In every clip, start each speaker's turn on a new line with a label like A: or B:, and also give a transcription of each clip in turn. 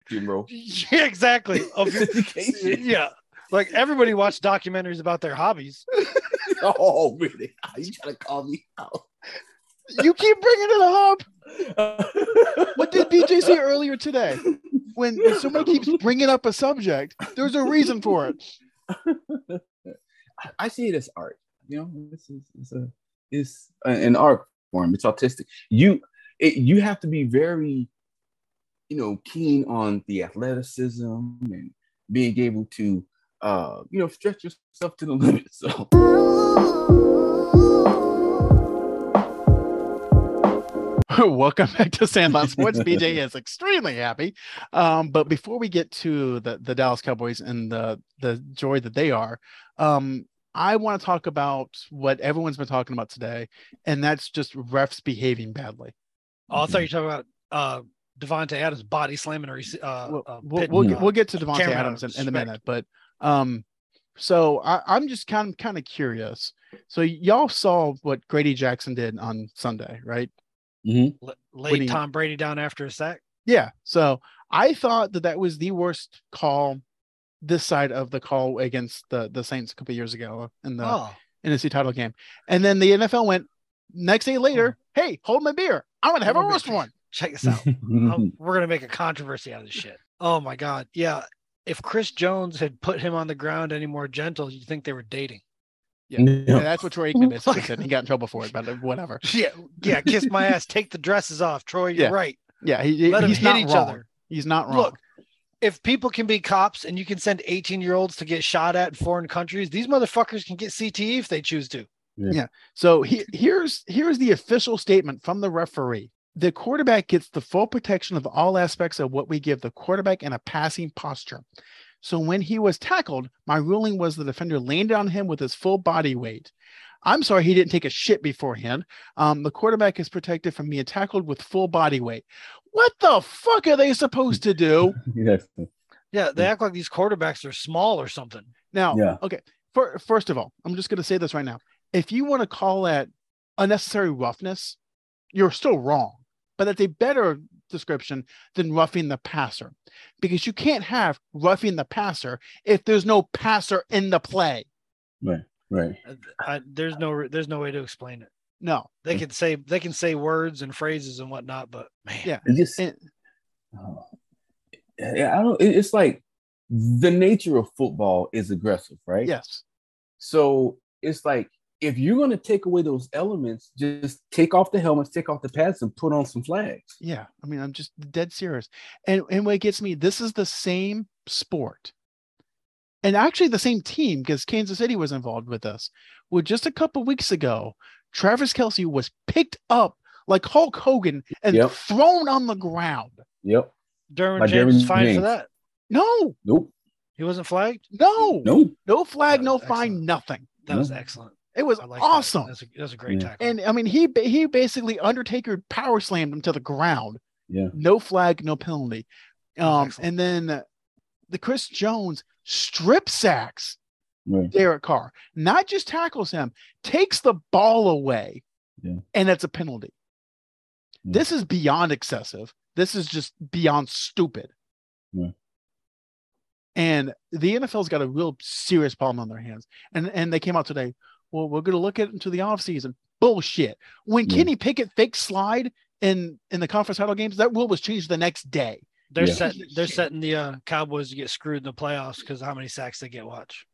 A: funeral.
B: Yeah, exactly. Of-
A: Dedication.
B: yeah. Like everybody watched documentaries about their hobbies.
A: Oh, really? You trying to call me out?
C: You keep bringing it up. What did BJ say earlier today? When when someone keeps bringing up a subject, there's a reason for it.
A: I- I see it as art. You know, this is it's a it's a- an art form. It's artistic. You it, you have to be very, you know, keen on the athleticism and being able to uh you know stretch yourself to the limit. So
C: Oh, Welcome back to Sandlot Sports. BJ is extremely happy. Um, but before we get to the, the Dallas Cowboys and the, the joy that they are, um, I want to talk about what everyone's been talking about today, and that's just refs behaving badly.
B: Oh, I thought you were talking about uh, Devonte Adams body slamming or uh,
C: we'll,
B: uh,
C: we'll,
B: pit-
C: we'll,
A: no.
C: get, we'll get to Devontae
B: Cameron
C: Adams in,
B: Adams,
C: in a
B: right.
C: minute, but um, so I, I'm just kind of kind of curious. So y'all saw what Grady Jackson did on Sunday, right?
B: la-
C: when
B: laid
C: he-
B: Tom Brady down after a sack.
C: Yeah. So I thought that that was the worst call this side of the call against the the Saints a couple years ago in the
B: Oh,
C: NFC title game, and then the NFL went next day later. Hey, hold my beer. I'm gonna have a
B: Oh. Hold my
C: worst
B: beer."
C: one.
B: check this out. I'm- Oh,
C: Mm-hmm.
B: we're gonna make a controversy out of this shit. Oh my god, yeah. If Chris Jones had put him on the ground any more gentle, you'd think they were dating.
C: Yeah. And that's what Troy Aikman basically said. He got in trouble for it, but uh, whatever.
B: Yeah, yeah. Kiss my ass. Take the dresses off, Troy. You're
C: Yeah.
B: right.
C: Yeah, he, he-
B: Let them
C: he's
B: hit
C: not
B: each
C: wrong.
B: other.
C: He's not wrong.
B: Look, if people can be cops and you can send 18 year olds to get shot at in foreign countries, these motherfuckers can get CTE if they choose to.
C: So he, here's here's the official statement from the referee. The quarterback gets the full protection of all aspects of what we give the quarterback in a passing posture. So when he was tackled, my ruling was the defender landed on him with his full body weight. I'm sorry he didn't take a shit beforehand. Um, the quarterback is protected from being tackled with full body weight. What the fuck are they supposed to do?
A: yes.
B: Yeah,
C: Hmm.
B: they act like these quarterbacks are small or something.
C: Now,
A: Yeah.
C: okay. For, first of all, I'm just going to say this right now. If you want to call that unnecessary roughness, you're still wrong, but that's a better description than roughing the passer because you can't have roughing the passer if there's no passer in the play.
A: Right.
B: I, there's no re- there's no way to explain it.
C: No.
B: They can say they can say words and phrases and whatnot, but man,
C: Yeah.
A: It just
C: And-
A: Oh. Yeah, I don't. it- It's like the nature of football is aggressive, right?
C: Yes.
A: So it's like if you're going to take away those elements, just take off the helmets, take off the pads, and put on some flags.
C: Yeah. I mean, I'm just dead serious. And and what gets me, this is the same sport. And actually the same team, because Kansas City was involved with us. Well, just a couple weeks ago, Travis Kelsey was picked up like Hulk Hogan and
A: Yep.
C: thrown on the ground.
A: Yep.
B: Derwin
A: By
B: James is
A: Derwin
B: fine for
A: James.
B: that.
C: No,
A: Nope.
B: He wasn't flagged.
C: no, no,
A: Nope.
C: flag,
B: That
C: no
B: was
C: fine,
B: excellent.
C: nothing.
B: That was
A: No.
B: excellent.
C: It was
B: I like
C: awesome.
B: That's a, that's a great
A: Yeah.
B: tackle.
C: And I mean, he ba- he basically Undertaker power slammed him to the ground.
A: Yeah.
C: No flag, no penalty. Um,
B: Excellent.
C: and then the Chris Jones strip sacks
A: Right.
C: Derek Carr, not just tackles him, takes the ball away,
A: Yeah.
C: and that's a penalty.
A: Yeah.
C: This is beyond excessive. This is just beyond stupid.
A: Yeah.
C: And the NFL's got a real serious problem on their hands. And and they came out today. Well, we're gonna look at it into the offseason. Bullshit. When
A: Yeah.
C: Kenny Pickett fake slide in in the conference title games, that rule was changed the next day.
B: they're
A: Yeah.
B: set they're setting the uh, Cowboys to get screwed in the playoffs because how many sacks they get. Watch.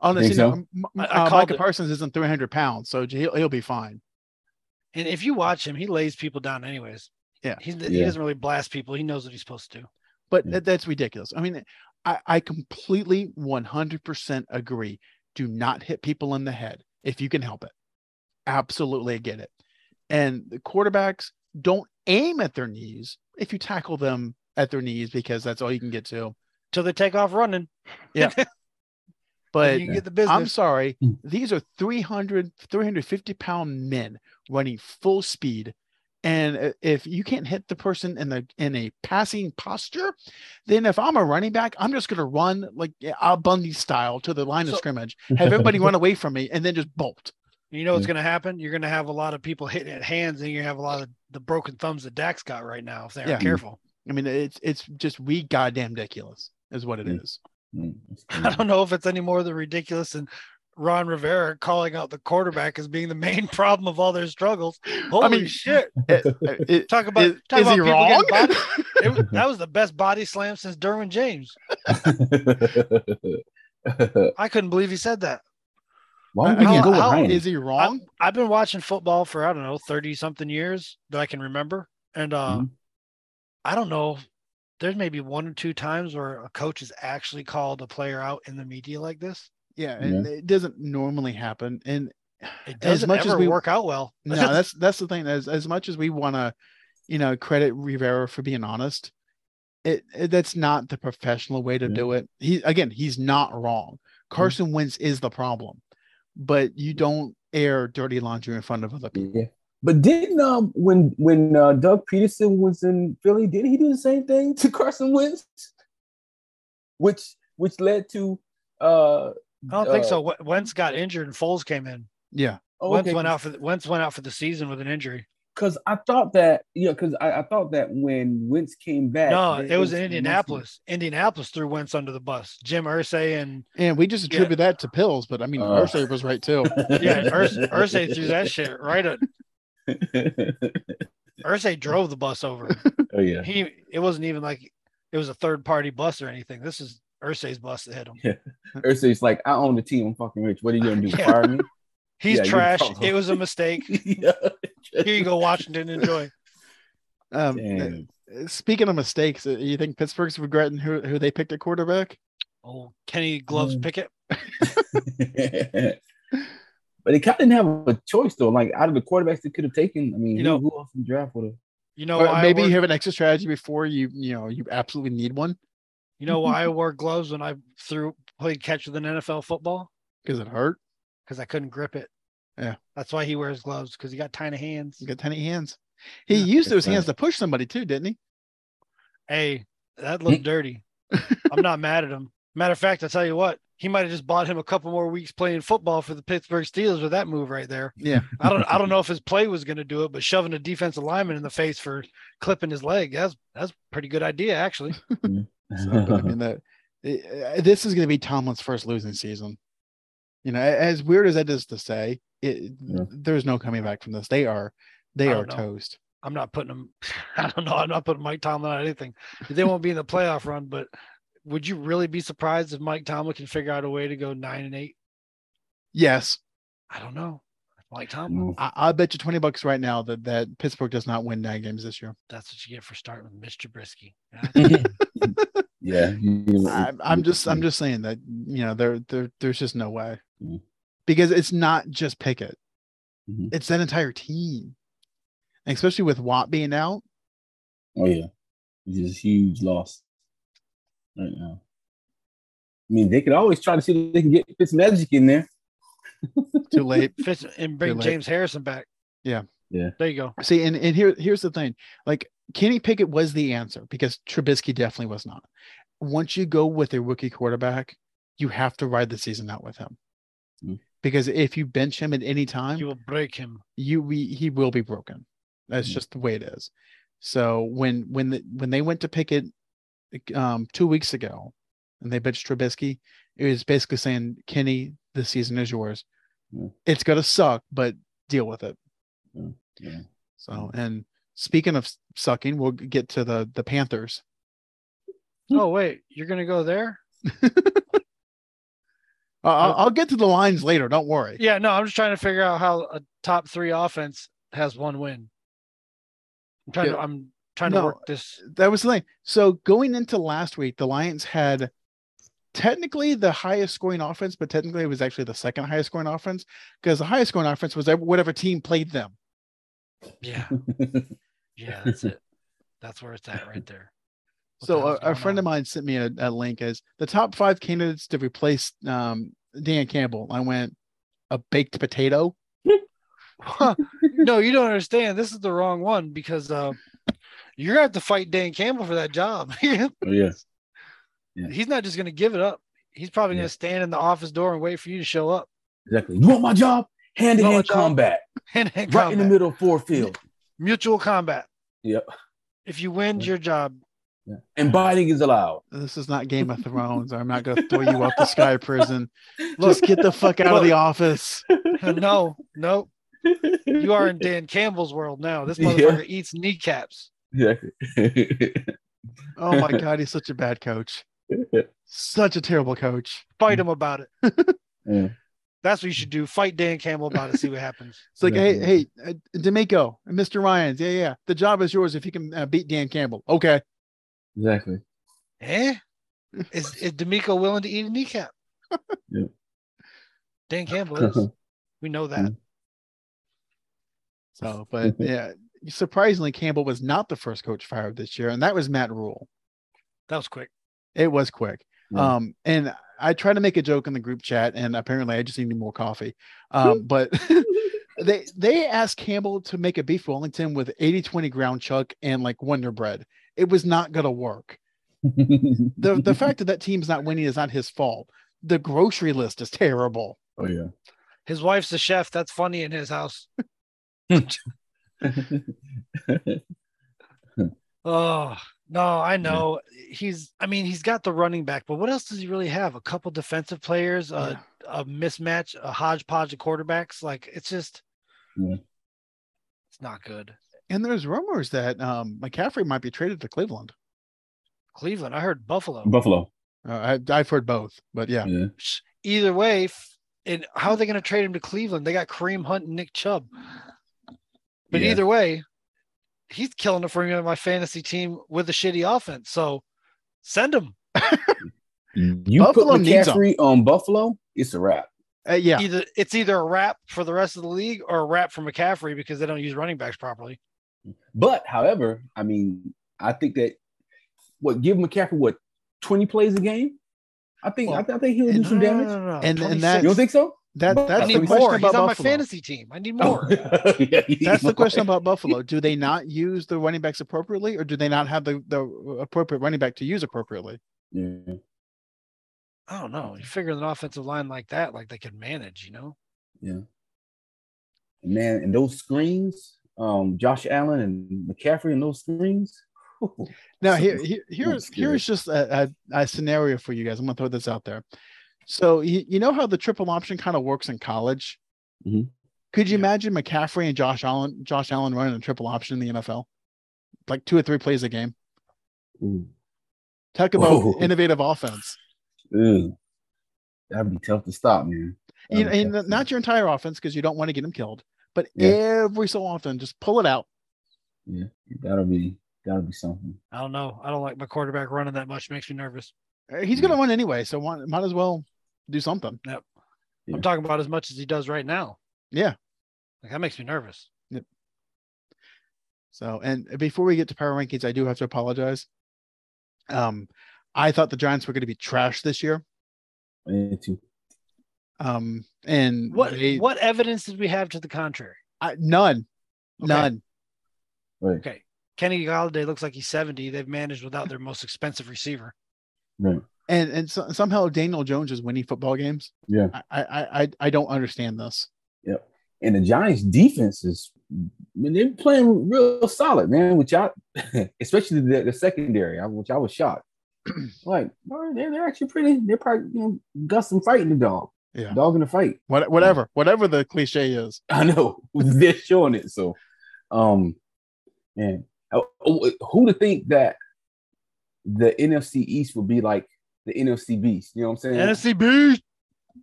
C: Honestly,
A: Think
C: no,
A: so?
C: m- m-
B: I- I
C: uh,
B: called
C: Micah
B: it.
C: Parsons isn't 300 pounds, so he'll, he'll be fine.
B: And if you watch him, he lays people down anyways.
C: Yeah.
B: He, he
A: Yeah.
B: doesn't really blast people. He knows what he's supposed to do.
C: But
A: Yeah.
C: that, that's ridiculous. I mean, I, I completely 100% agree. Do not hit people in the head if you can help it. Absolutely get it. And the quarterbacks don't aim at their knees if you tackle them at their knees because that's all you can get to.
B: Till they take off running.
C: But
B: you
A: Yeah.
B: can get the
C: I'm
B: business.
C: sorry.
A: Mm.
C: These are 300, 350 pound men running full speed. And i- if you can't hit the person in the in a passing posture, then if I'm a running back, I'm just gonna run like yeah, Al Bundy style to the line of
B: So-
C: scrimmage, have everybody run away from me, and then just bolt.
B: you know what's
A: Yeah.
B: going to happen? You're going to have a lot of people hitting at hands, and you have a lot of the broken thumbs that Dak's got right now if they aren't
C: Yeah.
B: careful.
C: I mean, it's it's just we goddamn ridiculous is what it
A: Mm.
C: is.
B: I don't know if it's any more than ridiculous than Ron Rivera calling out the quarterback as being the main problem of all their struggles. Holy
C: mean,
B: shit!
C: It- it-
B: Talk about
C: is-
B: talk
C: is
B: about
C: he
B: people getting
C: wrong?
B: body- it was- that was the best body slam since Derwin James. I couldn't believe he said that.
A: Why would
C: How-
A: you go with
B: how
A: Ryan?
C: is he wrong?
B: I've been watching football for I don't know thirty something years that I can remember, and uh,
C: Mm-hmm.
A: Mhm.
B: I don't know. There's maybe one or two times where a coach has actually called a player out in the media like this.
C: yeah, and it doesn't normally happen. And
B: It
C: As
B: doesn't
C: much as
B: ever
C: we-
B: work out well.
C: no, that's that's the thing. As as much as we want to, you know, credit Rivera for being honest, it, it- that's not the professional way to
A: Yeah. Mm-hmm.
C: do it. He again, he's not wrong. Carson Wentz is the problem, but you don't air dirty laundry in front of other people.
A: Yeah. But didn't um when when uh, Doug Peterson was in Philly, did he do the same thing to Carson Wentz? Which which led to uh
B: I don't think so. W- Wentz got injured and Foles came in.
C: Yeah,
B: Wentz went out for the, Wentz went out for the season with an injury.
A: because I thought that yeah, because I, I thought that when Wentz came back,
B: No,
A: that
B: it was in
A: mostly-
B: Indianapolis. Indianapolis threw Wentz under the bus. Jim Ursay and
C: and we just
B: Yeah.
C: attribute that to pills, but I mean,
A: Uh.
C: Ursay was right too.
B: yeah, Ursay, Ursay threw that shit right. At, Ursay drove the bus over. him.
A: oh yeah,
B: He it wasn't even like it was a third party bus or anything. This is Ursay's bus that hit him.
A: Ursay's like, I own the team. I'm fucking rich. What are you gonna do?
B: Yeah.
A: Fire me?
B: He's
A: Yeah, you're
B: trash.
A: wrong.
B: It was a mistake.
A: yeah.
B: Here you go, Washington. Enjoy.
C: Um,
A: Damn.
C: uh, speaking of mistakes, uh, you think Pittsburgh's regretting who who they picked at quarterback?
B: Oh, Kenny Gloves
A: Mm.
B: Pickett.
A: but they kind of didn't have a choice though. Like out of the quarterbacks they could have taken, I mean,
B: You
A: who,
B: know-
A: who else in the draft would have?
B: You know
C: Or
B: why I
C: maybe
B: wore-
C: you have an extra strategy before you you know you absolutely need one
B: you know why I wore gloves when I threw played catch with an NFL football
C: because it hurt.
B: because I couldn't grip it.
C: Yeah.
B: that's why he wears gloves because he got tiny hands.
C: He's got tiny hands. He
B: Yeah.
C: used those
A: That's
C: hands to push somebody too, didn't he?
B: Hey, that looked dirty. I'm not mad at him. Matter of fact, I tell you what, he might have just bought him a couple more weeks playing football for the Pittsburgh Steelers with that move right there.
C: Yeah.
B: I don't, I don't know if his play was going to do it, but shoving a defensive lineman in the face for clipping his leg, that's that's a pretty good idea actually.
C: So, but I mean, that eh, eh, this is going to be Tomlin's first losing season. You know, a- as weird as that is to say, it,
A: Yeah.
C: there's no coming back from this. They are, they
B: I
C: are
B: don't know.
C: toast.
B: I'm not putting him. I don't know. I'm not putting Mike Tomlin on anything. They won't be in the playoff run, but would you really be surprised if Mike Tomlin can figure out a way to go nine and eight?
C: Yes,
B: I don't know. Mike Tomlin.
A: Mm.
C: I, I bet you twenty bucks right now that that Pittsburgh does not win nine games this year.
B: That's what you get for starting with Mr. Trubisky.
A: yeah,
B: Mm,
A: you-
C: I, I'm just, I'm just saying that you know, there, there, there's just no way
A: Mm.
C: because it's not just Pickett;
B: Mm-hmm.
A: Mhm.
C: it's that entire team, and especially with Watt being out.
A: Oh yeah, it's just a huge loss right now. I mean, they could always try to see if they can get Fitzmagic in there.
C: Too late.
B: Fitz and bring
C: Good luck.
B: James Harrison back.
C: Yeah.
A: Yeah.
B: There you go.
C: See, and, and here here's the thing. Like Kenny Pickett was the answer because Trubisky definitely was not. Once you go with a rookie quarterback, you have to ride the season out with him.
A: Mm.
C: Because if you bench him at any time,
B: You will break him.
C: you we, he will be broken. That's
A: Mm.
C: just the way it is. So when when the, when they went to Pickett um, two weeks ago, and they benched Trubisky, it was basically saying, Kenny, the season is yours.
A: Mm.
C: It's gonna suck, but deal with it.
A: Yeah.
C: So and speaking of s- sucking, we'll g- get to the the Panthers.
B: Oh wait, you're gonna go there?
C: Uh, I'll, I'll get to the lines later. Don't worry.
B: Yeah. No, I'm just trying to figure out how a top three offense has one win. I'm trying to.
C: Yeah.
B: I'm trying
C: No.
B: to work this.
C: That was the thing. So going into last week, the Lions had technically the highest scoring offense, but technically it was actually the second highest scoring offense because the highest scoring offense was ev- whatever team played them.
B: Yeah.
A: Oh,
B: Yeah. That's it. That's where it's at right there. What the
C: so
B: hell's
C: a, a
B: going
C: friend of
B: on?
C: mine sent me a, a link as the top five candidates to replace um, Dan Campbell. I went a baked potato.
B: Huh. no, you don't understand. This is the wrong one because uh, you're gonna have to fight Dan Campbell for that job.
A: Oh yeah.
B: He's not just gonna give it up. He's probably
A: Yeah.
B: gonna stand in the office door and wait for you to show up.
A: Exactly. You want my job? Hand to
B: You want my
A: hand
B: job?
A: combat,
B: Hand in
A: right in the
B: combat.
A: middle of four field.
B: Mutual combat.
A: Yep.
B: If you win, it's
A: Yeah.
B: your job.
A: Yeah. And biting is allowed.
C: This is not Game of Thrones. I'm not going to throw you out the sky prison. Just get the fuck out of the office.
B: no, no. You are in Dan Campbell's world now. This motherfucker eats kneecaps.
A: Exactly.
C: Oh my god, he's such a bad coach. Such a terrible coach.
B: Fight him about it.
A: Yeah.
B: That's what you should do. Fight Dan Campbell about it. See what happens.
C: It's like,
A: Yeah.
C: hey, hey, uh, D'Amico, Mr. Ryan's, yeah, yeah. The job is yours if you can uh, beat Dan Campbell. Okay.
A: Exactly.
B: Eh? Is is D'Amico willing to eat a kneecap?
A: Yeah.
B: Dan Campbell is. We know
A: Mm.
B: that.
C: So, but yeah, surprisingly, Campbell was not the first coach fired this year, and that was Matt Rule.
B: That was quick.
C: It was quick.
A: Yeah.
C: Um, and I tried to make a joke in the group chat, and apparently, I just needed more coffee. Um, but they they asked Campbell to make a beef Wellington with 80-20 ground chuck and like Wonder Bread. It was not gonna work. the the fact that that team's not winning is not his fault. The grocery list is terrible.
A: oh yeah.
B: His wife's a chef. That's funny in his house. Oh no, I know. He's I mean, he's got the running back, but what else does he really have? A couple defensive players,
C: Uh,
B: a a mismatch, a hodgepodge of quarterbacks. Like it's just
A: Yeah.
B: it's not good.
C: And there's rumors that um, McCaffrey might be traded to Cleveland.
B: Cleveland, I heard Buffalo.
A: Buffalo.
C: Uh, I, I've heard both, but yeah,
A: Yeah.
B: Either way, f- and how are they going to trade him to Cleveland? They got Kareem Hunt and Nick Chubb. But
A: Yeah.
B: either way, he's killing it for me on my fantasy team with a shitty offense. So send him.
A: You
C: Buffalo
A: put
C: needs 'em.
A: McCaffrey on Buffalo, it's a wrap.
C: Uh, yeah.
B: Either it's either a wrap for the rest of the league or a wrap for McCaffrey because they don't use running backs properly.
A: But however, I mean, I think that what give McCaffrey what twenty plays a game. I think I,
C: Well,
A: th- I think he'll do
B: No,
A: some
B: no,
A: damage.
B: no, no, no.
C: And- and
B: 26.
A: You don't think so?
C: That
A: But
B: I
C: that's the
B: need
C: question
B: more.
C: about
B: He's on my
C: Buffalo.
B: fantasy team. I need more.
A: Yeah, he-
C: That's the question about Buffalo. Do they not use the running backs appropriately, or do they not have the, the appropriate running back to use appropriately?
A: Yeah.
B: I don't know. You figure an offensive line like that, like they can manage, you know?
A: man, and those screens, um, Josh Allen and McCaffrey and those screens. So-
C: Now, here, here, here's
A: scary.
C: here's just a, a, a scenario for you guys. I'm gonna throw this out there. So you, you know how the triple option kind of works in college.
A: Mhm.
C: Could you
B: Mm-hmm. Yeah.
C: imagine McCaffrey and Josh Allen, Josh Allen running a triple option in the NFL, like two or three plays a game?
A: Ooh,
C: Talk about
A: Whoa.
C: innovative offense.
A: ew. That'd be tough to stop, man.
C: You
A: That'd be
C: and
A: tough to
C: not your entire offense because you don't want to get him killed, but
A: Yeah.
C: every so often, just pull it out.
A: stop. That'll be that'll be something.
B: I don't know. I don't like my quarterback running that much. Makes me nervous.
C: Uh, He's gonna run anyway, so why, might as well do something.
A: Yeah.
B: I'm talking about as much as he does right now.
C: Yeah.
B: Like that makes me nervous.
C: So, and before we get to power rankings, I do have to apologize. Um, I thought the Giants were going to be trash this year.
A: Yeah, too.
C: Um, and
B: What
C: they-
B: what evidence did we have to the contrary?
C: I, none,
B: Okay.
C: none.
A: Right.
B: Okay. Kenny Galladay looks like he's 70. They've managed without their most expensive receiver.
A: Right.
C: And and so, somehow Daniel Jones is winning football games.
A: Yeah.
C: I, I I I don't understand this.
A: And the Giants defense is I mean, they're playing real solid, man, which I especially the, the secondary, I- which I was shocked. like, all right, they're, they're actually pretty. They're probably you know, got some fight in the dog.
C: Yeah.
A: Dog in the fight.
C: What whatever whatever the cliche is.
A: I know they're showing it. So, um, man, Oh, oh, who to think that the NFC East would be like the NFC Beast? You know what I'm saying?
B: NFC Beast.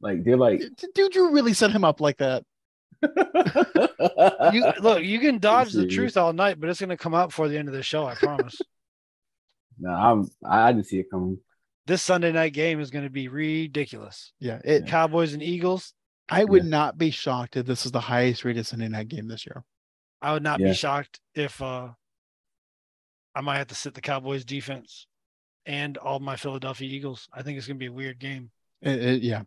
A: Like they're like,
C: D- Dude, you really set him up like that.
B: You, look, you can dodge the
A: Easy.
B: truth all night, but it's going to come out before the end of the show. I promise.
A: nah, I'm, I didn't see it coming.
B: this Sunday night game is going to be ridiculous.
C: Yeah. It.
A: Yeah.
B: Cowboys and Eagles.
C: I would not be shocked if this is the highest rated Sunday night game this year.
B: I would not
A: Yeah.
B: be shocked if uh, I might have to sit the Cowboys defense and all my Philadelphia Eagles. I think it's going to be a weird game.
C: It- it- yeah.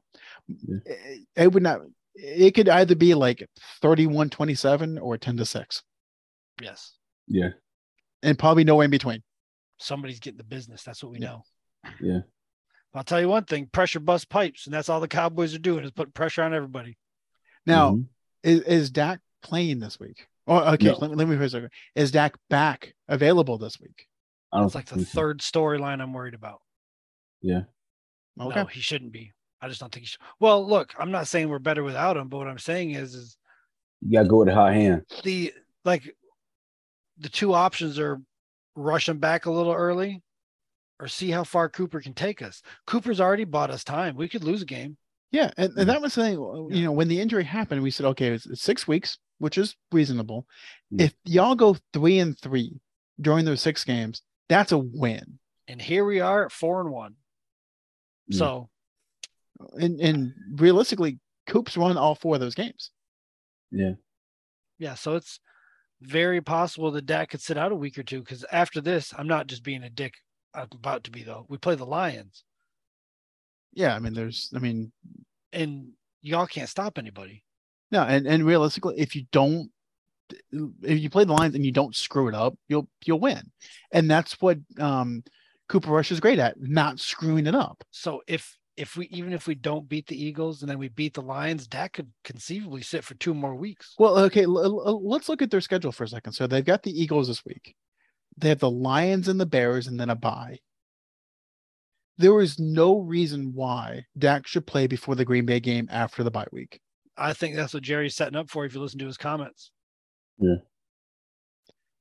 A: Yeah.
C: It, it would not. It could either be like 31 27 or 10 to 6,
B: Yes.
A: Yeah,
C: and probably no in between.
B: Somebody's getting the business. That's what we
C: Yeah.
B: know.
A: Yeah.
B: I'll tell you one thing pressure bust pipes, and that's all the Cowboys are doing is putting pressure on everybody.
C: Now,
A: Mhm.
C: is, is Dak playing this week? Oh, okay.
A: No.
C: Let, me- let me phrase it. Is Dak back available this week?
A: I don't
B: It's like the
A: think so.
B: third storyline I'm worried about.
A: Yeah.
C: Okay.
B: No, he shouldn't be. I just don't think he should. Well, look, I'm not saying we're better without him, but what I'm saying is, is
A: You gotta go with a hot hand.
B: the like the two options are rush him back a little early or see how far Cooper can take us. Cooper's already bought us time. We could lose a game.
C: Yeah, and,
A: Mm-hmm. Yeah.
C: and that was the thing. uh, You know, when the injury happened, we said, okay, it's, it's six weeks, which is reasonable.
A: Mm.
C: If y'all go three and three during those six games, that's a win.
B: And here we are at four and one.
A: Yeah.
B: So
C: And and realistically, Coops won all four of those games.
B: yeah, so it's very possible that Dak could sit out a week or two because after this, I'm not just being a dick. I'm about to be though. We play the Lions
C: Yeah, I mean, there's, I mean,
B: and y'all can't stop anybody.
C: no, and and realistically, if you don't, if you play the lines and you don't screw it up, you'll you'll win, and that's what um Cooper Rush is great at, not screwing it up.
B: So if if we even if we don't beat the Eagles and then we beat the Lions, Dak could conceivably sit for two more weeks.
C: Well, okay, l- l- let's look at their schedule for a second. So they've got the Eagles this week. They have the Lions and the Bears and then a bye. There is no reason why Dak should play before the Green Bay game after the bye week.
B: I think that's what Jerry's setting up for if you listen to his comments.
A: Yeah.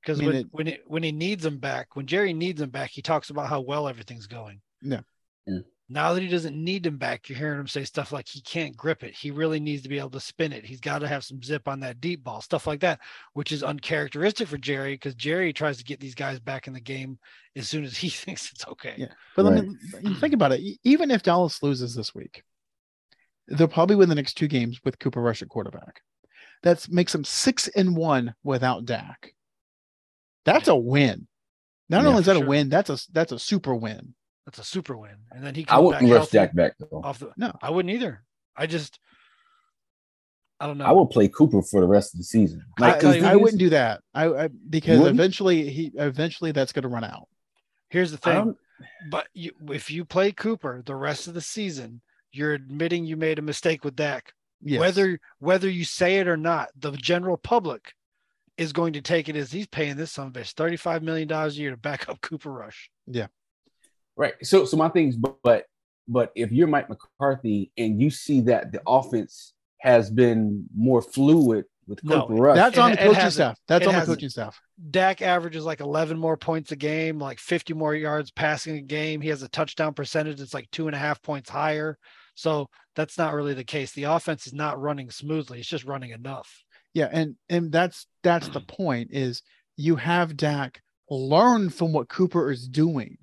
B: Because
C: I mean,
B: when
C: it-
B: when, it, when he needs him back, when Jerry needs him back, he talks about how well everything's going.
C: Yeah.
A: Yeah.
B: Now that he doesn't need him back, you're hearing him say stuff like he can't grip it. He really needs to be able to spin it. He's got to have some zip on that deep ball, stuff like that, which is uncharacteristic for Jerry because Jerry tries to get these guys back in the game as soon as he thinks it's okay.
C: Yeah. But I
A: Right.
C: mean, you think about it. E- Even if Dallas loses this week, they'll probably win the next two games with Cooper Rush at quarterback. That makes them six and one without Dak. That's a win. Not
A: Yeah,
C: only is
B: for
C: that a
B: sure.
C: win, that's a that's a super win.
B: That's a super win. And then he
A: I
B: comes back
A: wouldn't rush
B: healthy Oh,
A: Dak back though.
B: off the
C: No.
B: I wouldn't either. I just I don't know.
A: I would play Cooper for the rest of the season.
B: I-
A: Like, 'cause
C: I,
A: the
C: I
A: thing is,
C: wouldn't do that. I, I because
A: Wouldn't?
C: eventually he eventually that's going to run out.
B: Here's the
A: I
B: thing.
A: don't-
B: But you, if you play Cooper the rest of the season, you're admitting you made a mistake with Dak.
C: Yes.
B: Whether whether you say it or not, the general public is going to take it as he's paying this son of a bitch $35 million a year to back up Cooper Rush.
A: Right. So so my thing is, bu- but but if you're Mike McCarthy and you see that the offense has been more fluid with
B: No,
A: Cooper Rush,
C: that's
B: It-
C: on the
B: it
C: coaching
B: hasn't.
C: staff. That's
B: It
C: on the
B: hasn't.
C: coaching staff.
B: Dak averages like 11 more points a game, like 50 more yards passing a game. He has a touchdown percentage that's like two and a half points higher. So that's not really the case. The offense is not running smoothly, it's just running enough.
C: Yeah, and and that's that's the point is you have Dak learn from what Cooper is doing.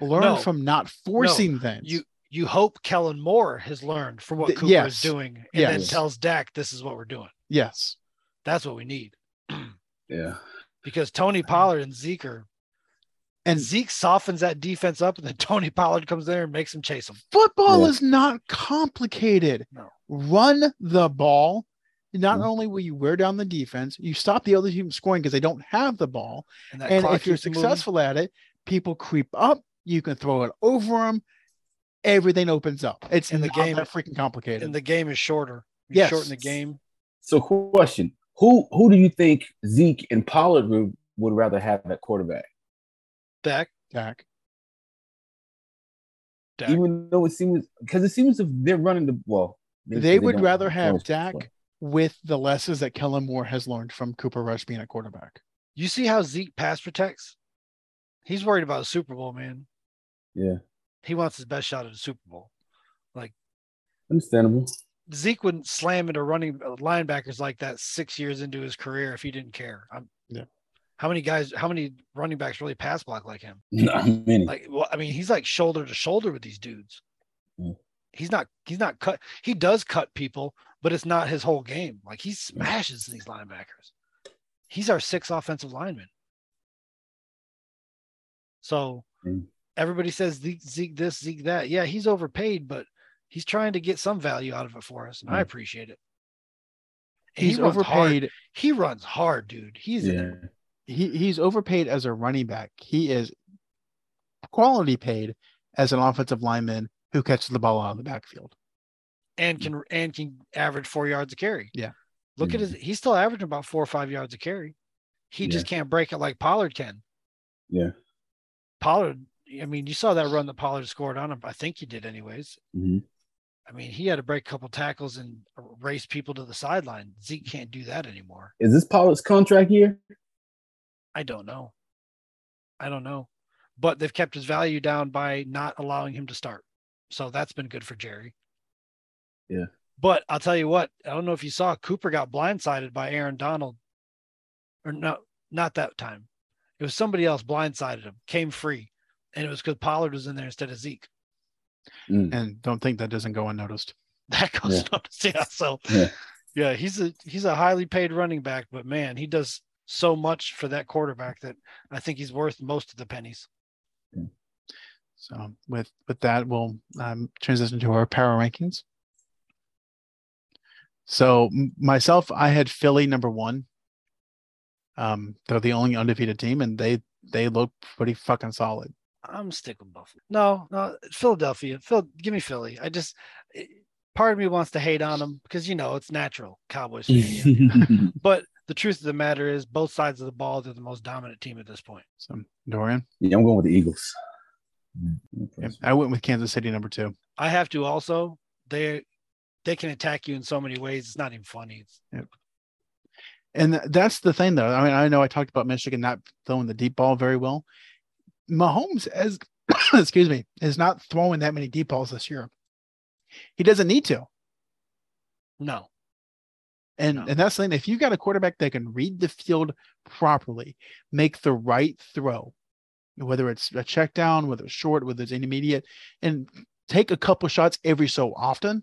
C: Learn
B: No.
C: from not forcing things.
B: You you hope Kellen Moore has learned from what
C: Th-
B: Cooper
C: yes.
B: is doing and then
C: Yes.
B: tells Dak this is what we're doing.
C: yes.
B: That's what we need.
A: yeah,
B: Because Tony Pollard and Zeke are
C: And
B: Zeke softens that defense up and then Tony Pollard comes there and makes him chase him.
C: football
A: Yeah.
C: is not complicated.
B: No.
C: Run the ball. Not
A: Mhm.
C: only will you wear down the defense, you stop the other team scoring because they don't have the ball.
B: And that
C: and
B: clock
C: if you're
B: keeps moving.
C: successful at it, people creep up. You can throw it over them. Everything opens up. It's
B: And
C: in
B: the
C: the game
B: game-
C: that freaking complicated.
B: and the game is shorter. You
C: Yes.
B: shorten the game.
A: So question: Who who do you think Zeke and Pollard would, would rather have at quarterback?
B: Dak,
C: Dak.
B: Dak.
A: Even though it seems because it seems if they're running the well,
C: They would
A: don't
C: rather have
A: close,
C: Dak
A: but-
C: with the lessons that Kellen Moore has learned from Cooper Rush being a quarterback.
B: You see how Zeke pass protects? He's worried about a Super Bowl, man.
A: Yeah,
B: He wants his best shot at a Super Bowl.
A: understandable.
B: Zeke wouldn't slam into running uh, linebackers like that six years into his career if he didn't care. I'm,
C: Yeah.
B: How many guys? How many running backs really pass block like him?
A: Not many.
B: Like, well, I mean, he's like shoulder to shoulder with these dudes.
C: Hmm.
A: Yeah.
B: He's not. He's not cut. He does cut people, but it's not his whole game. Like
C: Hmm.
B: he smashes these linebackers. He's our sixth offensive lineman. So
C: Hmm.
A: Mm.
B: everybody says Zeke, Zeke this, Zeke that. Yeah, he's overpaid, but he's trying to get some value out of it for us, and I
A: Mm.
B: appreciate it. And he
C: Hmm. He's
B: runs hard.
C: overpaid.
B: He runs hard, dude. He's in
A: yeah,
B: there.
C: He, he's overpaid as a running back. He is quality paid as an offensive lineman who catches the ball out of the backfield.
B: and can and can average four yards a carry.
C: Yeah.
B: Look at his he's still averaging about four or five yards a carry. He just can't break it like Pollard can.
A: yeah.
B: Pollard, I mean, you saw that run that Pollard scored on him. I think you did, anyways.
A: Mhm.
B: I mean, he had to break a couple tackles and race people to the sideline. Zeke can't do that anymore.
A: Is this Pollard's contract year?
B: I don't know. I don't know. But they've kept his value down by not allowing him to start. So that's been good for Jerry.
A: Yeah.
B: But I'll tell you what, I don't know if you saw Cooper got blindsided by Aaron Donald. Or no, not that time. It was somebody else blindsided him, came free. And it was because Pollard was in there instead of Zeke.
A: Mm.
C: And don't think that doesn't go unnoticed.
B: That goes noticed. Yeah. So
A: Yeah.
B: yeah, he's a he's a highly paid running back, but man, he does so much for that quarterback that I think he's worth most of the pennies.
C: So with with that, we'll um, transition to our power rankings. So m- myself, I had Philly number one. Um, they're the only undefeated team, and they they look pretty fucking solid.
B: I'm sticking with Buffalo. No, no, Philadelphia. Phil, give me Philly. I just it- part of me wants to hate on them because you know it's natural, Cowboys.
C: Mm-hmm.
B: fan. but the truth of the matter is, both sides of the ball, they're the most dominant team at this point.
C: So Dorian,
A: yeah, I'm going with the Eagles.
C: yeah, I went with Kansas City number two.
B: I have to also. They they can attack you in so many ways. It's not even funny. It's,
C: And th- that's the thing, though. I mean, I know I talked about Michigan not throwing the deep ball very well. Mahomes, as excuse me, is not throwing that many deep balls this year. He doesn't need to.
B: no,
C: And
B: No.
C: and that's the thing. If you've got a quarterback that can read the field properly, make the right throw, whether it's a check down, whether it's short, whether it's intermediate, and take a couple shots every so often,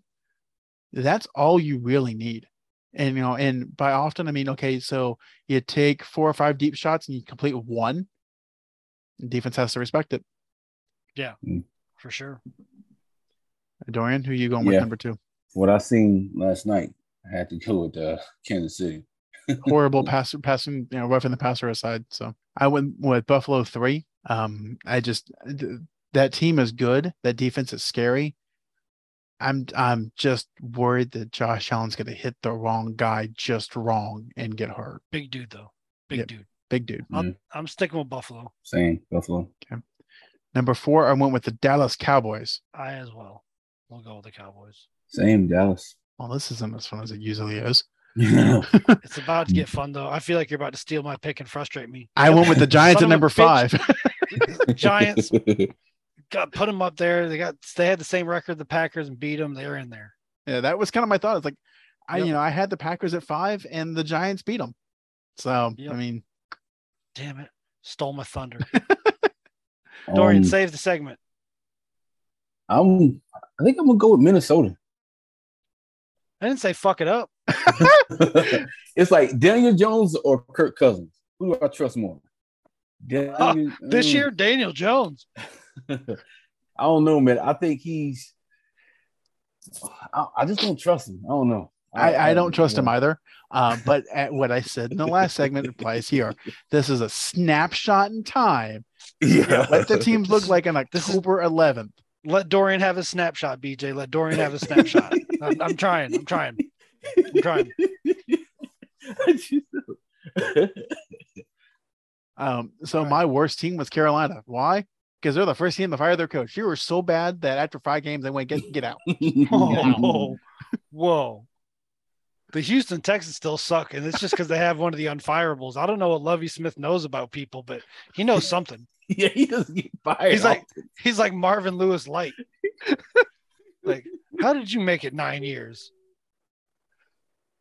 C: that's all you really need. And you know, and by often I mean okay, so you take four or five deep shots and you complete one. Defense has to respect it.
B: for sure.
C: Dorian, who you going with
A: Yeah.
C: number two?
A: What I seen last night, I had to go with uh, Kansas City.
C: horrible passer passing, you know, roughing the passer aside. So I went with Buffalo three. Um, I just th- that team is good. That defense is scary. I'm I'm just worried that Josh Allen's going to hit the wrong guy just wrong and get hurt.
B: Big dude though. Big
C: Yep.
B: dude.
C: Big dude.
B: I'm sticking with Buffalo.
A: Same Buffalo.
C: Number four, I went with the Dallas Cowboys.
B: I as well. We'll go with the Cowboys.
A: Same Dallas.
C: Well, this isn't as fun as it usually is.
B: It's about to get fun though. I feel like you're about to steal my pick and frustrate me.
C: I went with the Giants
B: Son of
C: at
B: a
C: number
B: bitch.
C: five.
B: Giants. got put them up there. They got they had the same record the Packers and beat them. They're in there.
C: yeah, that was kind of my thought. It's like, I
B: Yep.
C: you know I had the Packers at five and the Giants beat them. So
B: Yep.
C: I mean,
B: Damn it! Stole my thunder.
A: Um,
B: Dorian, save the segment.
A: I'm. I think I'm gonna go with Minnesota.
B: I didn't say fuck it up.
A: it's like Daniel Jones or Kirk Cousins. Who do I trust more? Daniel-
B: This
A: Mm.
B: year, Daniel Jones.
A: I don't know, man. I think he's. I, I just don't trust him. I don't know.
C: I, I don't trust him
A: yeah.
C: either. Uh, but at what I said in the last segment applies here. This is a snapshot in time.
A: Yeah,
C: What the teams look like on
B: this is-
C: October 11th.
B: Let Dorian have his snapshot, BJ. Let Dorian have his snapshot. I'm, I'm trying. I'm trying. I'm trying.
C: Um, so
B: Right.
C: my worst team was Carolina. Why? Because they're the first team to fire their coach. You were so bad that after five games, they went get get out.
A: Oh.
B: Whoa, whoa. The Houston Texans still suck, and it's just because they have one of the unfireables. I don't know what Lovey Smith knows about people, but he knows something.
A: yeah, he doesn't get fired.
B: He's like he's like Marvin Lewis Light. Like, how did you make it nine years?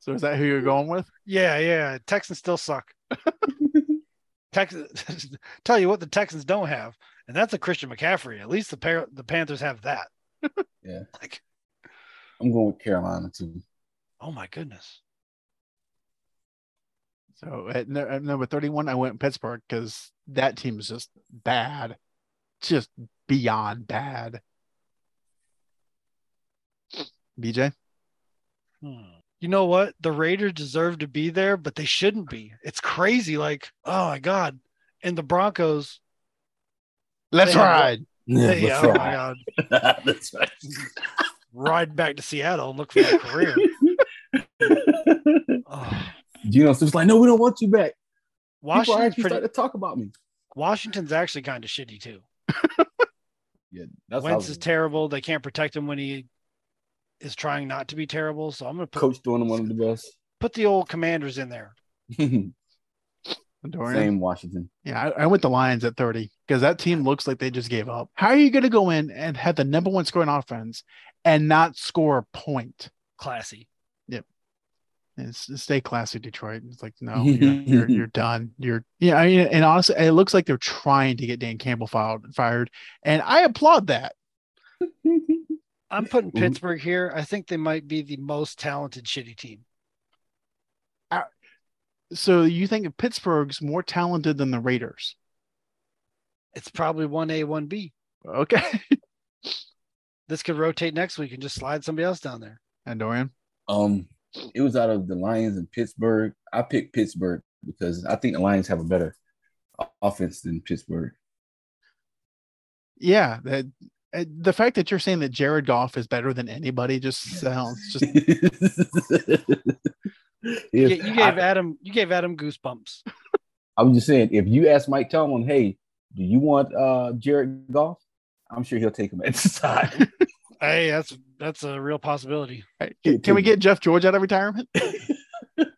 C: So is that who you're going with?
B: Yeah, yeah. Texans still suck. Texans tell you what the Texans don't have, and that's a Christian McCaffrey. At least the pair the Panthers have that.
A: Yeah.
B: Like,
A: I'm going with Carolina too.
B: oh my goodness.
C: So at, nu- at number 31, I went Pittsburgh because that team is just bad, just beyond bad. BJ.
B: Hmm. You know what? The Raiders deserve to be there, but they shouldn't be. It's crazy. Like, oh my God. And the Broncos.
C: Let's
B: They have-
C: ride.
B: they-
A: Let's
B: oh my
A: try.
B: God.
A: That's right.
B: Ride back to Seattle and look for a career. Oh.
A: Geno Smith's like, no, we don't want you back. People
B: Washington's
A: actually
B: pretty,
A: started to talk about me.
B: Washington's actually kind of shitty too.
A: Yeah, that's how
B: Wentz is terrible. They can't protect him when he is trying not to be terrible. So I'm gonna put,
A: coach doing one of the best.
B: put the old commanders in there.
C: Dorian.
A: Same Washington.
C: Yeah, I, I went the Lions at 30 because that team looks like they just gave up. How are you going to go in and have the number one scoring offense and not score a point?
B: Classy.
C: And s- stay classy, Detroit. It's like, no, you're, you're, you're done. You're, yeah. I mean, and honestly, it looks like they're trying to get Dan Campbell filed, fired. And I applaud that.
B: I'm putting
A: Mhm.
B: Pittsburgh here. I think they might be the most talented shitty team.
C: So you think Pittsburgh's more talented than the Raiders?
B: It's probably one A, one B.
C: Okay.
B: This could rotate next week and just slide somebody else down there.
C: And Dorian,
A: Um, it was out of the Lions and Pittsburgh. I picked Pittsburgh because I think the Lions have a better o- offense than Pittsburgh.
C: yeah, that, uh, the fact that you're saying that Jared Goff is better than anybody just sounds just
B: You,
A: If-
B: ga- you gave
A: I,
B: Adam you gave Adam goosebumps.
A: I'm just saying, if you ask Mike Tomlin, hey, do you want uh Jared Goff? I'm sure he'll take him at the side.
B: Hey, that's that's a real possibility.
C: Right. Can, can we
A: too.
C: get Jeff George out of retirement?
B: The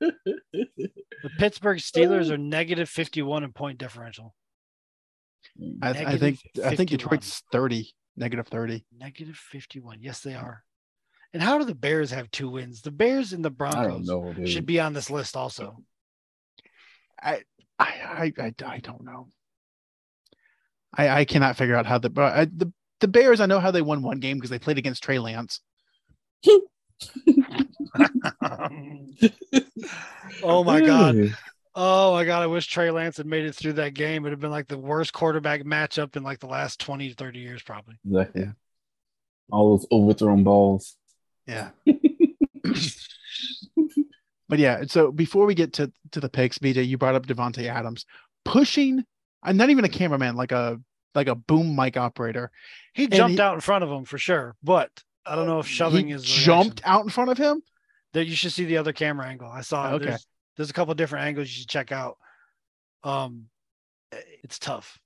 B: Pittsburgh Steelers are negative 51 in point differential.
C: I, th- I
B: Negative
C: think I think
B: 51.
C: Detroit's thirty, negative thirty.
B: Negative 51. Yes, they are. And how do the Bears have two wins? The Bears and the
A: I don't
B: Broncos
A: know. Dude.
B: should be on this list also.
C: I I, I I don't know. I I cannot figure out how the but I, the the Bears. I know how they won one game because they played against Trey Lance.
B: oh my god. Oh my god. I wish Trey Lance had made it through that game. It'd have been like the worst quarterback matchup in like the last 20 to 30 years, probably.
A: Exactly.
C: Yeah.
A: All those overthrown balls.
C: Yeah. but yeah, so before we get to to the picks, BJ, you brought up Devonte Adams pushing. I'm not even a cameraman, like a like a boom mic operator.
B: He
C: And
B: jumped
C: he-
B: out in front of him for sure, but I don't
C: Oh,
B: know if shoving
C: he
B: is the
C: jumped
B: reaction.
C: out in front of him.
B: There, you should see the other camera angle. I saw.
C: Okay.
B: There's, there's a couple different angles you should check out. Um, it's tough.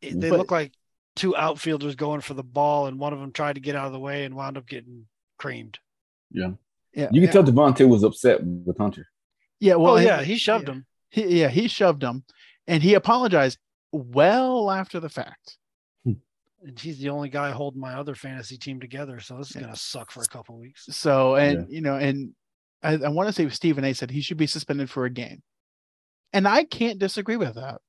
B: It- they
C: But-
B: look like two outfielders going for the ball, and one of them tried to get out of the way and wound up getting creamed.
C: Yeah,
A: You
C: yeah.
A: can tell Devontae was upset with Hunter.
C: Yeah, well,
B: oh
C: and-
B: yeah, he shoved him.
C: He, yeah, he shoved him, and he apologized well after the fact.
B: and he's the only guy holding my other fantasy team together. So this is
C: Yeah.
B: gonna suck for a couple weeks.
C: So, and you know, and I, I want to say Stephen A. said he should be suspended for a game, and I can't disagree with that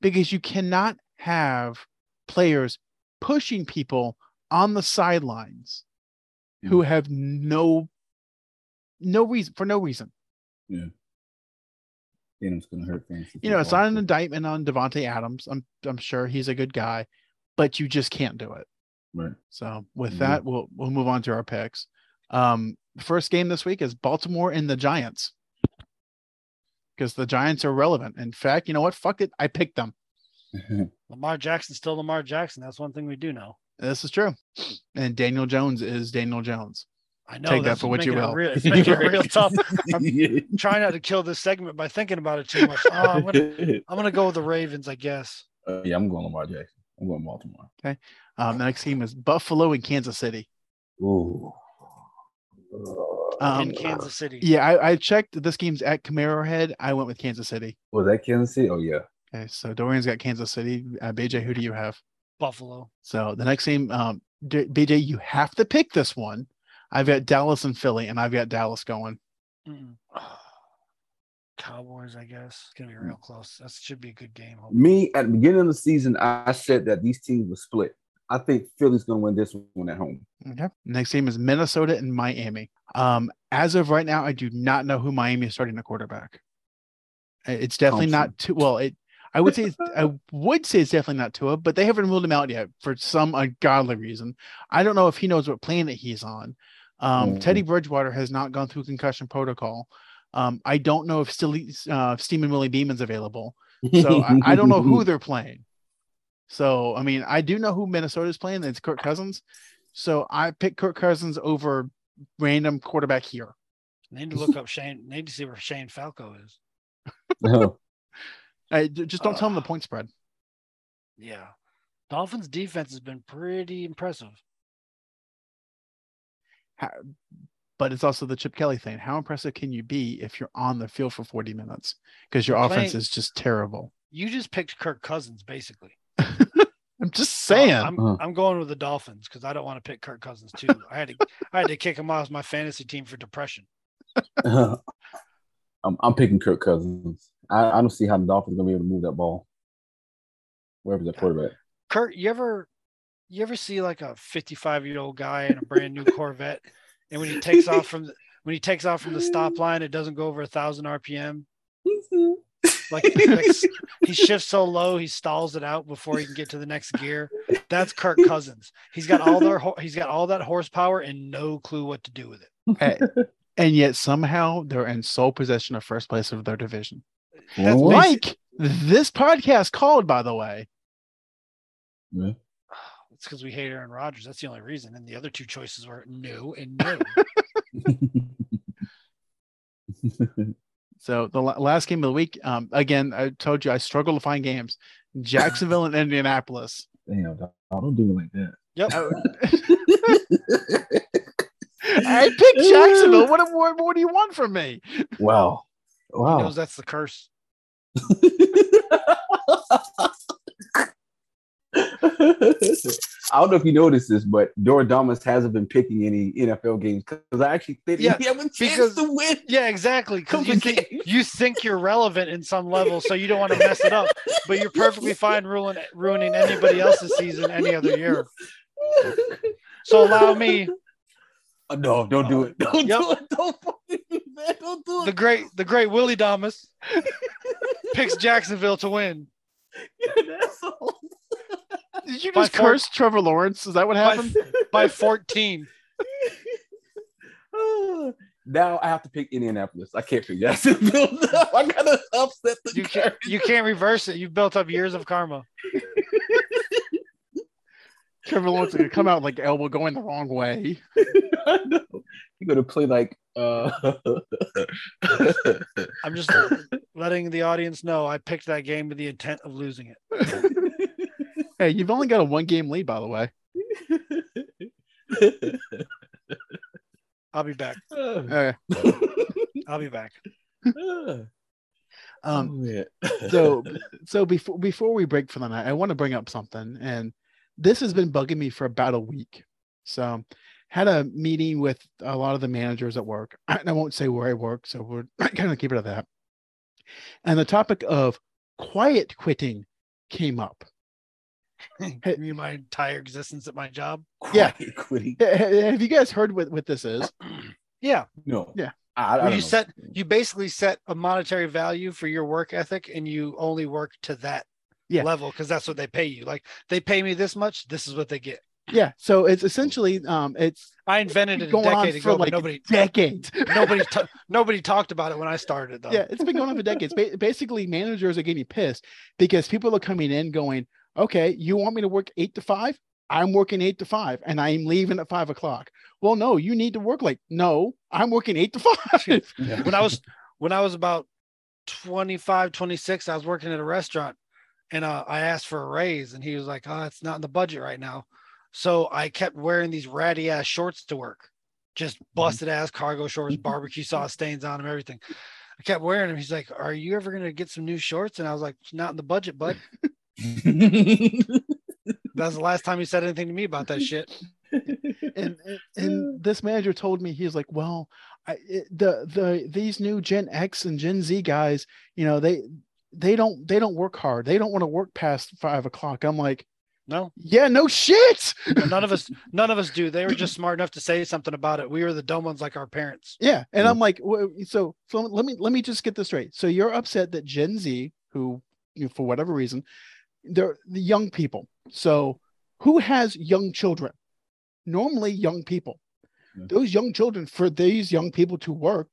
C: because you cannot have players pushing people on the sidelines who have no no reason for no reason.
A: Then it's gonna hurt fans.
C: You know, it's not an indictment on Devonte Adams. I'm I'm sure he's a good guy, but you just can't do it.
A: Right.
C: So with
B: Mm-hmm.
A: Mhm.
C: that, we'll we'll move on to our picks. Um, the first game this week is Baltimore and the Giants because the Giants are relevant. In fact, you know what? Fuck it, I picked them.
B: Lamar Jackson's still Lamar Jackson. That's one thing we do know.
C: This is true. And Daniel Jones is Daniel Jones.
B: I know.
C: Take that
B: that's
C: for
B: what's
C: what you
B: making it
C: will.
B: real- it's making it
A: Right.
B: real tough. Try not to kill this segment by thinking about it too much. Oh, I'm gonna, I'm gonna go with the Ravens, I guess.
A: Uh, yeah, I'm going Lamar Jackson. I'm going Baltimore.
C: Um, the next game is Buffalo and Kansas City.
A: Ooh.
C: Um,
A: Uh,
B: in Kansas City.
C: Yeah, I, I checked. This game's at Camaro Head. I went with Kansas City.
A: Was that Kansas City? Oh yeah.
C: Okay, so Dorian's got Kansas City. Uh, BJ, who do you have?
B: Buffalo.
C: So the next game, um, D- BJ, you have to pick this one. I've got Dallas and Philly, and I've got Dallas going.
B: Mm-mm. Cowboys, I guess. It's gonna be real close. That should be a good game. hopefully.
A: Me at the beginning of the season, I said that these teams were split. I think Philly's gonna win this one at home.
C: Okay. Next game is Minnesota and Miami. Um, as of right now, I do not know who Miami is starting the quarterback. I- It's definitely not too well. It I would say it's, I would say it's definitely not Tua, but they haven't ruled him out yet for some ungodly reason. I don't know if he knows what planet he's on. Um,
A: Mhm.
C: Teddy Bridgewater has not gone through concussion protocol. Um, I don't know if still uh, Steeman Willie Beeman's available. So I, I don't know who they're playing. So I mean, I do know who Minnesota's playing. and It's Kirk Cousins. So I pick Kirk Cousins over random quarterback here.
B: Need to look up Shane. Need to see where Shane Falco is.
A: No.
C: I, j- just don't tell
B: Uh.
C: them the point spread.
B: Yeah. Dolphins defense has been pretty impressive.
C: But it's also the Chip Kelly thing. How impressive can you be if you're on the field for 40 minutes? Because your
B: You're
C: offense
B: playing-
C: is just terrible.
B: You just picked Kirk Cousins basically.
C: I'm just saying.
B: I'm,
A: Uh.
B: I'm going with the Dolphins because I don't want to pick Kirk Cousins too. I had to I had to kick him off my fantasy team for depression.
A: I'm, I'm picking Kirk Cousins. I, I don't see how the Dolphins gonna be able to move that ball. Wherever the quarterback.
B: Kurt, you ever you ever see like a 55 year old guy in a brand new Corvette, and when he takes off from the, when he takes off from the stop line, it doesn't go over a thousand RPM. Like, like s- he shifts so low, he stalls it out before he can get to the next gear. That's Kirk Cousins. He's got all their ho- he's got all that horsepower and no clue what to do with it.
C: and yet somehow they're in sole possession of first place of their division.
B: That's
A: What?
B: basi-
C: Like this podcast called, by the way.
A: Yeah.
B: It's because we hate Aaron Rodgers. That's the only reason. And the other two choices were no and no.
C: So the la- last game of the week, um, again, I told you I struggle to find games. Jacksonville and Indianapolis.
A: Damn, dog, don't do it like that.
B: yep.
C: I picked Jacksonville. What, what, what do you want from me?
A: Wow.
B: He
A: Wow.
B: knows that's the curse.
A: I don't know if you noticed this, but Doradomus hasn't been picking any NFL games because I actually think
B: Yeah,
A: he have a chance
B: because-
A: to win.
B: Yeah, exactly. 'cause
A: Couple
B: you think,
A: games.
B: you think you're relevant in some level, so you don't want to mess it up. But you're perfectly fine ruin, ruining anybody else's season any other year. So allow me
A: Oh, no, don't do it. Don't
B: Uh, Yep.
A: do it. Don't fucking do that. Don't do
B: the
A: it.
B: great the great Willie Domus picks Jacksonville to win
A: You're an asshole.
C: Did you
B: By
C: just
B: four-
C: curse Trevor Lawrence? Is that what
B: by,
C: happened?
B: by 14.
A: now I have to pick Indianapolis. I can't pick Jacksonville. No, I gotta upset the
B: You can't you can't reverse it. You've built up years of karma.
C: Trevor Lawrence is gonna come out like elbow going the wrong way.
A: I know. You're gonna play like uh
B: I'm just letting the audience know I picked that game with the intent of losing it.
C: Hey, you've only got a one game lead, by the way.
B: I'll be back.
C: Okay.
B: I'll be back.
C: Um,
A: yeah.
C: so so before before we break for the night, I want to bring up something, and this has been bugging me for about a week. So, had a meeting with a lot of the managers at work, and I won't say where I work, so we're kind of keep it at that. And the topic of quiet quitting came up.
B: Give me my entire existence at my job.
C: yeah.
A: Quiet quitting.
C: Ha- ha- Have you guys heard what what this is?
B: Yeah.
A: No.
C: Yeah.
A: I, I
B: Well,
A: don't
B: you
A: know.
B: set you basically set a monetary value for your work ethic and you only work to that
C: Yeah.
B: level because that's what they pay you like they pay me this much this is what they get
C: Yeah. So it's essentially um it's
B: i invented it a
C: Going on
B: decade
C: for
B: ago
C: like
B: but nobody
C: decades.
B: nobody ta- nobody talked about it when i started though
C: Yeah, it's been going on for decades. Ba- Basically, managers are getting pissed because people are coming in going, okay, you want me to work eight to five? I'm working eight to five and I'm leaving at five o'clock. Well, no, you need to work late. No, I'm working eight to five.
A: Yeah.
B: when i was when i was about 25 26 i was working at a restaurant and uh, i asked for a raise and he was like oh it's not in the budget right now so i kept wearing these ratty ass shorts to work just busted ass cargo shorts barbecue sauce stains on them everything i kept wearing them he's like are you ever going to get some new shorts and i was like it's not in the budget bud that was the last time he said anything to me about that shit
C: and, and and this manager told me he's like, well, I, it, the the these new Gen X and Gen Z guys, you know, they they don't they don't work hard. They don't want to work past five o'clock. I'm like,
B: no
C: yeah, no shit.
B: none of us none of us do they were just smart enough to say something about it we were the dumb ones like our parents
C: Yeah, and
A: Yeah.
C: I'm like, "Wha- so so let me let me just get this straight. So you're upset that Gen Z, who you know, for whatever reason, they're the young people. So who has young children? Normally, young people.
A: Yeah.
C: Those young children, for these young people to work,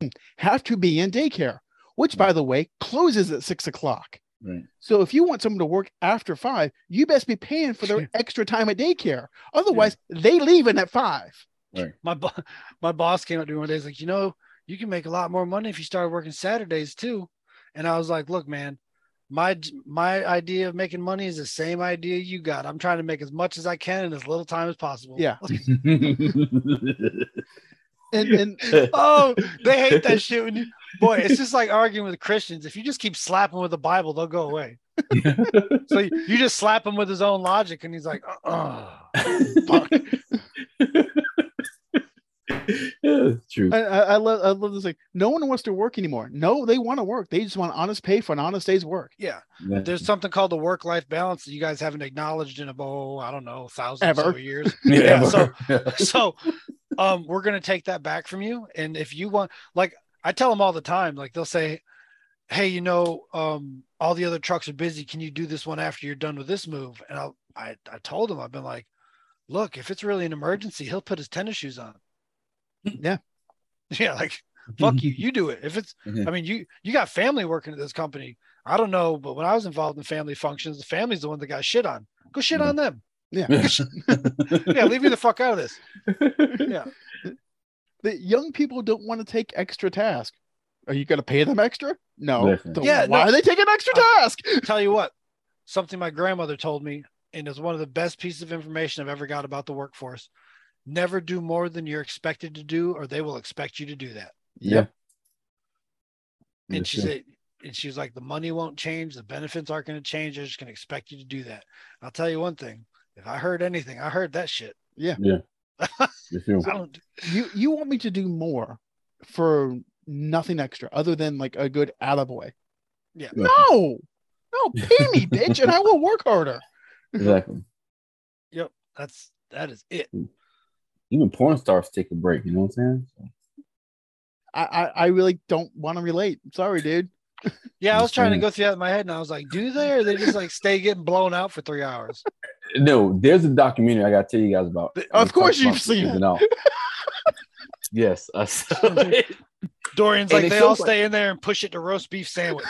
C: have to be in daycare, which, by the way, closes at six o'clock.
A: Mm. Right.
C: So if you want someone to work after five, you best be paying for their extra time at daycare. Otherwise, they leaving at five.
B: my bo- my boss came up to me one day. He's like, you know, you can make a lot more money if you started working Saturdays too. And I was like, look, man, my my idea of making money is the same idea you got. I'm trying to make as much as I can in as little time as possible.
C: Yeah.
A: and,
C: And, and
B: oh, they hate that shit. When you, boy, it's just like arguing with Christians. If you just keep slapping with the Bible, they'll go away. So you, you just slap him with his own logic, and he's like, "Uh,
C: Fuck.
A: it's true.
C: I, I, I love I love this like no one wants to work anymore. No, they want to work. They just want honest pay for an honest day's work.
B: yeah."
A: Yeah.
B: There's something called the work-life balance that you guys haven't acknowledged in about oh, I don't know, thousands
C: Ever.
B: of years.
A: Yeah,
B: yeah,
A: but-
B: so- so um we're gonna take that back from you and if you want like i tell them all the time like they'll say hey you know um all the other trucks are busy can you do this one after you're done with this move and I'll, i i told him i've been like look if it's really an emergency he'll put his tennis shoes on
C: Yeah.
B: yeah like fuck you you do it if it's
A: Mhm.
B: i mean you you got family working at this company i don't know but when i was involved in family functions the family's the one that got shit on go shit
A: Mhm.
B: on them
C: Yeah.
B: yeah leave me the fuck out of this yeah
C: the young people don't want to take extra tasks. Are you going to pay them extra? No.
A: Definitely.
C: Then
B: Yeah,
C: why
B: no. Uh,
C: are they taking extra task?
B: tell you what, something my grandmother told me, and is one of the best pieces of information I've ever got about the workforce. Never do more than you're expected to do, or they will expect you to do that.
A: Yeah.
B: And she
A: Sure.
B: said, and she was like, the money won't change, the benefits aren't going to change. They're just going to expect you to do that. I'll tell you one thing. If I heard anything, I heard that shit.
A: For sure.
B: I don't.
C: You you want me to do more for nothing extra other than like a good attaboy.
B: Yeah.
C: No. No, pay me, bitch, and I will work harder.
A: Exactly.
B: That's that is it.
A: Even porn stars take a break. You know what I'm saying?
C: I I, I really don't want to relate. Sorry, dude.
B: Yeah, I was trying to
A: Understand.
B: go through that in my head, and I was like, do they? Or they just like stay getting blown out for three hours.
A: No, there's a documentary I gotta tell you guys about.
C: Of course you've
A: About
C: seen
A: this and all. yes, I saw it.
B: Dorian's
A: And
B: like,
A: it
B: they all
A: feels like-
B: stay in there and push it to roast beef sandwich.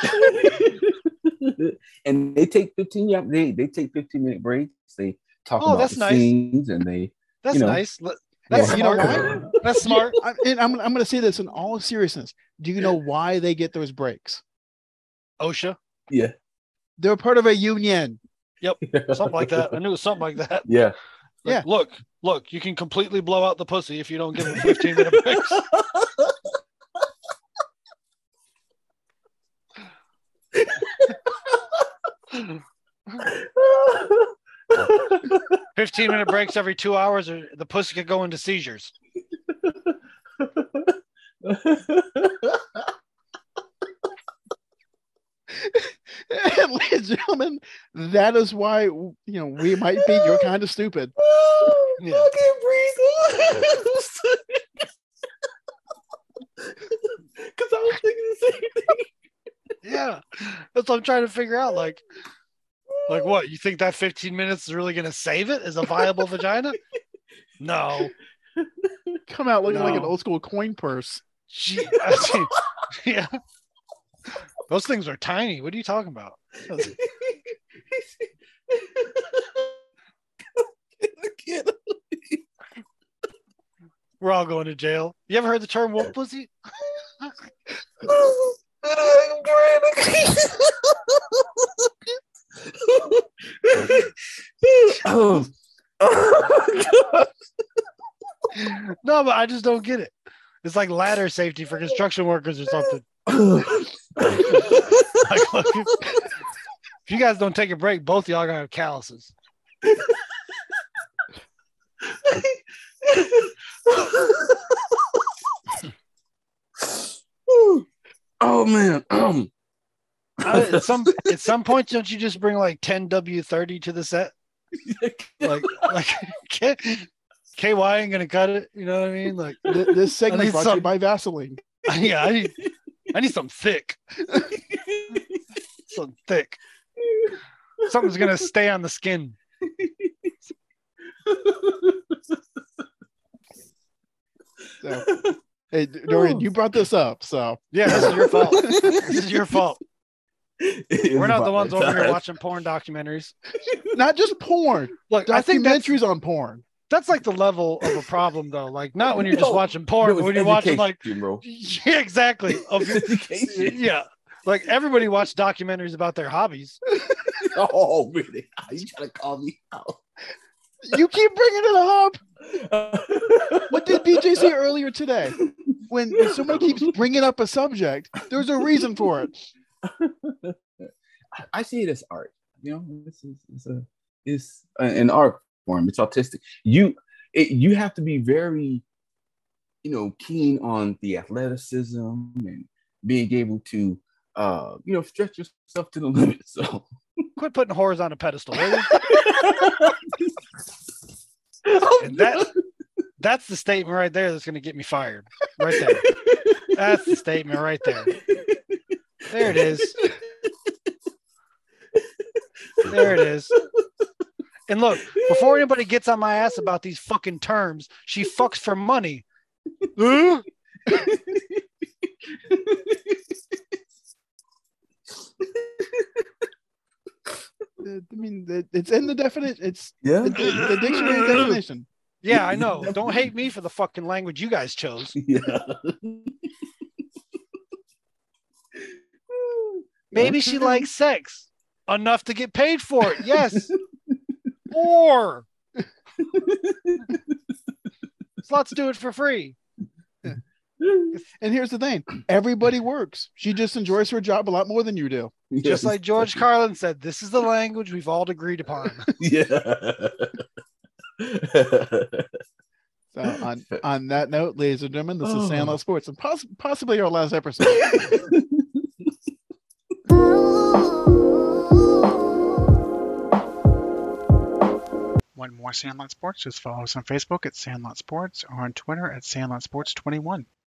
A: and they take 15 yeah, they, they take 15 minute breaks. They talk
B: Oh,
A: about
B: that's
A: the
B: nice.
A: scenes and they
B: That's
A: You know.
B: nice. Let- That's
C: Yeah.
B: you know
C: Smart.
B: why? That's smart.
C: I, and I'm I'm going to say this in all seriousness. Do you know why they get those breaks?
B: OSHA,
A: Yeah.
C: They're part of a union.
B: something like that. I knew it was something like that.
A: Yeah.
B: Like,
C: Yeah.
B: Look, look, you can completely blow out the pussy if you don't give them 15 minute breaks.
A: oh
B: 15 minute breaks every two hours, or the pussy could go into seizures.
C: And ladies and gentlemen, that is why you know we might be your kind of stupid.
B: Yeah.
A: breathe. Cause I was thinking the same
B: Yeah. That's what I'm trying to figure out. Like, like what? You think that 15 minutes is really going to save it as a viable vagina? No.
C: Come out looking like an
B: No.
C: old school coin purse.
B: Gee, I see. yeah. Those things are tiny. What are you talking about?
A: thing.
B: We're all going to jail. You ever heard the term wolf pussy?
A: oh, oh God.
B: No, but I just don't get it. It's like ladder safety for construction workers or something. Like, look, if if you guys don't take a break, both of y'all gonna have calluses.
A: oh man. Um.
B: I- at some at some point, don't you just bring like ten W thirty to the set? Like like K- KY ain't gonna cut it. You know what I mean? Like
C: Th- This segment
B: need
C: brought to you
B: some-
C: by Vaseline.
B: yeah, I need I need something thick. Something thick. Something's gonna stay on the skin.
C: So, hey, D- Dorian, you brought this up, so
B: Yeah, this is your fault. This is your fault. We're not the ones over here watching porn documentaries.
C: not just porn.
B: Look, I think that's
C: Documentaries on porn.
B: that's like the level of a problem though. Like not when you're just
A: No.
B: watching porn, but when you're watching like
A: bro.
B: yeah, exactly. Of your-
A: Education.
B: yeah. Like everybody watched documentaries about their hobbies.
A: oh, really? You trying to call me out?
C: You keep bringing it up. What did BJ say earlier today? When when someone keeps bringing up a subject, there's a reason for it.
A: I- I see it as art. You know, this is it's a it's a- an art form. It's artistic. You it, you have to be very, you know, keen on the athleticism and being able to, uh, you know, stretch yourself to the limit. So
B: Quit putting whores on a pedestal. will you?
A: and
B: And that that's the statement right there that's gonna get me fired. Right there. That's the statement right there. There it is. There it is. And look, before anybody gets on my ass about these fucking terms, she fucks for money. Huh?
C: Uh, I mean, it- it's in the definition. It's
A: yeah,
C: the, the dictionary definition.
B: Yeah, I know. Don't hate me for the fucking language you guys chose.
A: yeah.
B: Maybe she likes sex enough to get paid for it. Yes. Or let's do it for free.
C: And here's the thing: everybody works. She just enjoys her job a lot more than you do.
B: Just like George Carlin said, this is the language we've all agreed upon.
A: Yeah.
C: So on on that note, ladies and gentlemen, this
A: Oh.
C: is Sandlot Sports, and poss- possibly our last episode.
D: Want more Sandlot Sports? Just follow us on Facebook at Sandlot Sports or on Twitter at Sandlot Sports 21.